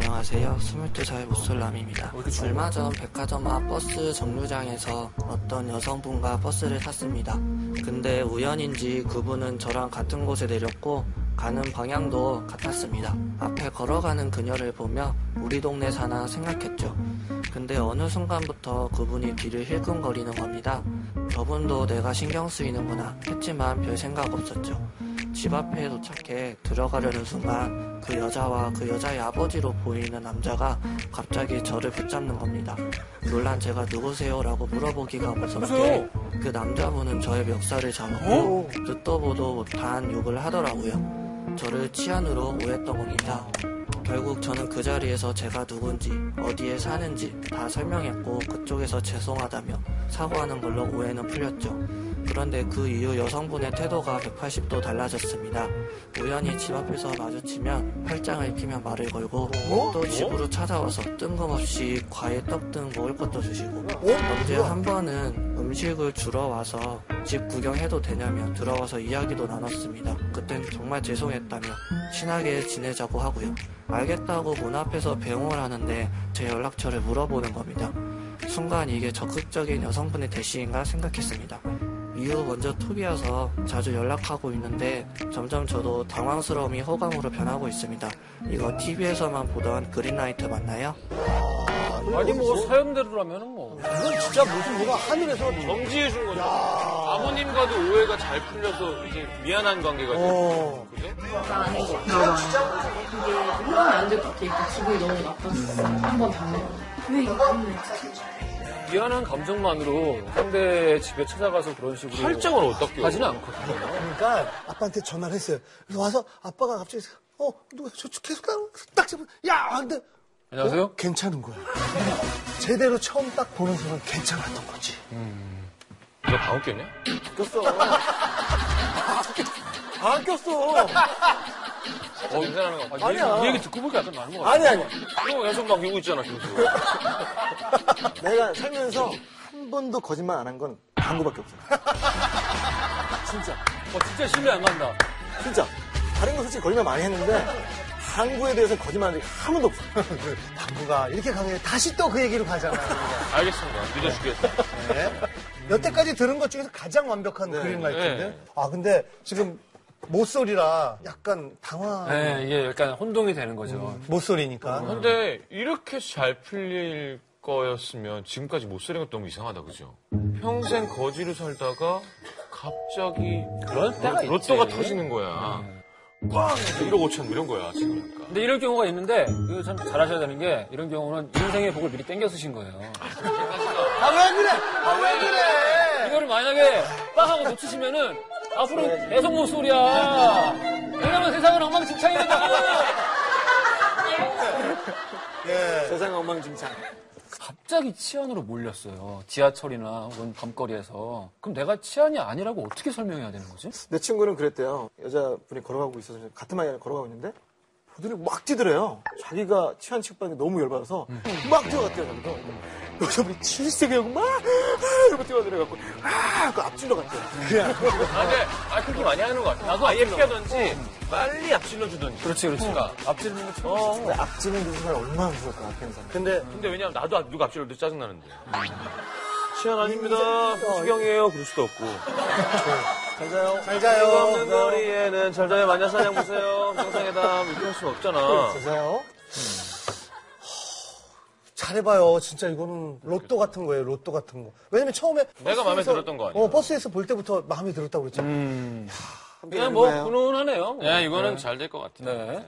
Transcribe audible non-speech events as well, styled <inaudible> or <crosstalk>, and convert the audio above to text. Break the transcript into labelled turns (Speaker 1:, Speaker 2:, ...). Speaker 1: 안녕하세요. 22살 못솔남입니다. 얼마 전 백화점 앞 버스 정류장에서 어떤 여성분과 버스를 탔습니다. 근데 우연인지 그분은 저랑 같은 곳에 내렸고 가는 방향도 같았습니다. 앞에 걸어가는 그녀를 보며 우리 동네 사나 생각했죠. 근데 어느 순간부터 그분이 뒤를 힐끔거리는 겁니다. 저분도 내가 신경 쓰이는구나 했지만 별 생각 없었죠. 집 앞에 도착해 들어가려는 순간 그 여자와 그 여자의 아버지로 보이는 남자가 갑자기 저를 붙잡는 겁니다. 놀란 제가 누구세요? 라고 물어보기가 무섭게
Speaker 2: 누구세요?
Speaker 1: 그 남자분은 저의 멱살을 잡았고
Speaker 2: 어?
Speaker 1: 듣도 보도 못한 욕을 하더라고요. 저를 치안으로 오했던 겁니다. 결국 저는 그 자리에서 제가 누군지, 어디에 사는지 다 설명했고 그쪽에서 죄송하다며 사과하는 걸로 오해는 풀렸죠. 그런데 그 이후 여성분의 태도가 180도 달라졌습니다. 우연히 집 앞에서 마주치면 팔짱을 끼며 말을 걸고 또 집으로 찾아와서 뜬금없이 과일 떡 등 먹을 것도 주시고
Speaker 3: 어?
Speaker 1: 언제 한 번은 음식을 주러 와서 집 구경해도 되냐며 들어와서 이야기도 나눴습니다. 그땐 정말 죄송했다며 친하게 지내자고 하고요. 알겠다고 문 앞에서 배웅을 하는데 제 연락처를 물어보는 겁니다. 순간 이게 적극적인 여성분의 대시인가 생각했습니다. 이후 먼저 톡이어서 자주 연락하고 있는데 점점 저도 당황스러움이 호감으로 변하고 있습니다. 이거 TV에서만 보던 그린라이트 맞나요?
Speaker 2: 아니 뭐 사연대로라면은 뭐
Speaker 3: 이건 진짜 무슨 뭐가 하늘에서
Speaker 2: 정지해 준 거죠. 아버님과도 오해가 잘 풀려서 이제 미안한 관계가 어.
Speaker 3: 어.
Speaker 2: 그죠?
Speaker 4: 아닌 것 같아요. 그게 하면 안 될 것 같아. 기분이 너무 나빴어. 한번 당해. 왜 이랬네.
Speaker 2: 미안한 감정만으로 상대 집에 찾아가서 그런 식으로 설정을 어떻게 하지는 않거든요.
Speaker 3: 그러니까 아빠한테 전화를 했어요. 그래서 와서 아빠가 갑자기 어, 누가 저 계속 딱 잡고 야, 근데
Speaker 2: 안녕하세요.
Speaker 3: 어, 괜찮은 거야. 제대로 처음 딱 보는 순간 괜찮았던 거지.
Speaker 2: 너다 웃겼냐? <laughs>
Speaker 3: 안 꼈어.
Speaker 2: 어, 괜찮은 거.
Speaker 3: 아니야.
Speaker 2: 이 얘기 듣고 보니까 약간 나는 거 같아.
Speaker 3: 아니 아니.
Speaker 2: 너 계속 막 이러고 있잖아, 계속.
Speaker 3: <laughs> 내가 살면서 한 번도 거짓말 안 한 건 당구밖에 없어. 진짜.
Speaker 2: 어, <laughs> 진짜 신뢰 안 간다.
Speaker 3: 진짜. 다른 거 솔직히 거짓말 많이 했는데 당구에 대해서 거짓말 한 적이 한 번도 없어. <laughs> 당구가 이렇게 가면 다시 또 그 얘기로 네. 가잖아.
Speaker 2: 알겠습니다. 믿어주겠다. <laughs>
Speaker 5: 여태까지 들은 것 중에서 가장 완벽한 그린라이트인데.
Speaker 2: 네.
Speaker 5: 아 근데 지금 모쏠이라 약간 당황.
Speaker 2: 네, 이게 약간 혼동이 되는 거죠.
Speaker 5: 음. 모쏠이니까.
Speaker 6: 근데 이렇게 잘 풀릴 거였으면 지금까지 못 살린 것도 너무 이상하다, 그죠? 평생 거지로 살다가 갑자기
Speaker 2: 그럴 때가 있지.
Speaker 6: 로또가 터지는 거야. 꽝! 1억 5천 뭐 이런 거야, 지금. 그러니까.
Speaker 2: 근데 이럴 경우가 있는데 이거 참 잘하셔야 되는 게 이런 경우는 인생의 복을 미리 땡겨 쓰신 거예요.
Speaker 3: 아 왜 그래? 아 왜 그래?
Speaker 2: 이거를 만약에 빵 하고 놓치시면은 앞으로
Speaker 3: 네.
Speaker 2: 계속 못 소리야. 왜냐면 세상은 엉망진창이니까.
Speaker 5: 예,
Speaker 3: 세상 엉망진창.
Speaker 2: 갑자기 치안으로 몰렸어요. 지하철이나 혹은 밤거리에서. 그럼 내가 치안이 아니라고 어떻게 설명해야 되는 거지?
Speaker 3: 내 친구는 그랬대요. 여자분이 걸어가고 있어서 같은 방향을 걸어가고 있는데 보더니 막 뛰더래요. 자기가 치안 취급받는 게 너무 열받아서 막 뛰어갔대요. 자기도. 여자분이 칠색이고 막 아, 이러고 뛰어들어갖고 아, 그 앞질러 갔대요. 그냥
Speaker 6: 아, 근데, 아, 그렇게 많이 하는 것 같아. 나도 아예 피하던지, 빨리 앞질러주던지. 어.
Speaker 2: 그렇지, 그렇지.
Speaker 6: 앞질르는 거 처음.
Speaker 3: 근데 앞질은 그 순간 얼마나 무서울까 같은 사람.
Speaker 6: 근데, 근데 왜냐면 나도 앞- 누가 앞질러도 짜증나는데. 시안 아닙니다. 수경이에요. 그럴 수도 없고. 잘 자요. 잘
Speaker 5: 자요.
Speaker 6: 없는 거리에는 잘 자요. 마녀 사냥 보세요. 정상회담. 이렇게 할 수는 없잖아.
Speaker 3: 보세요.
Speaker 5: 잘해봐요. 진짜 이거는 로또 같은 거예요. 로또 같은 거. 왜냐면 처음에
Speaker 6: 내가 마음에
Speaker 5: 버스에서-
Speaker 6: 들었던 거 아니야?
Speaker 5: 어, 버스에서 볼 때부터 마음에 들었다고 그랬잖아.
Speaker 2: 그냥 뭐, 훈훈하네요.
Speaker 6: 네, 이거는 잘 될 것 같아요.
Speaker 2: 네.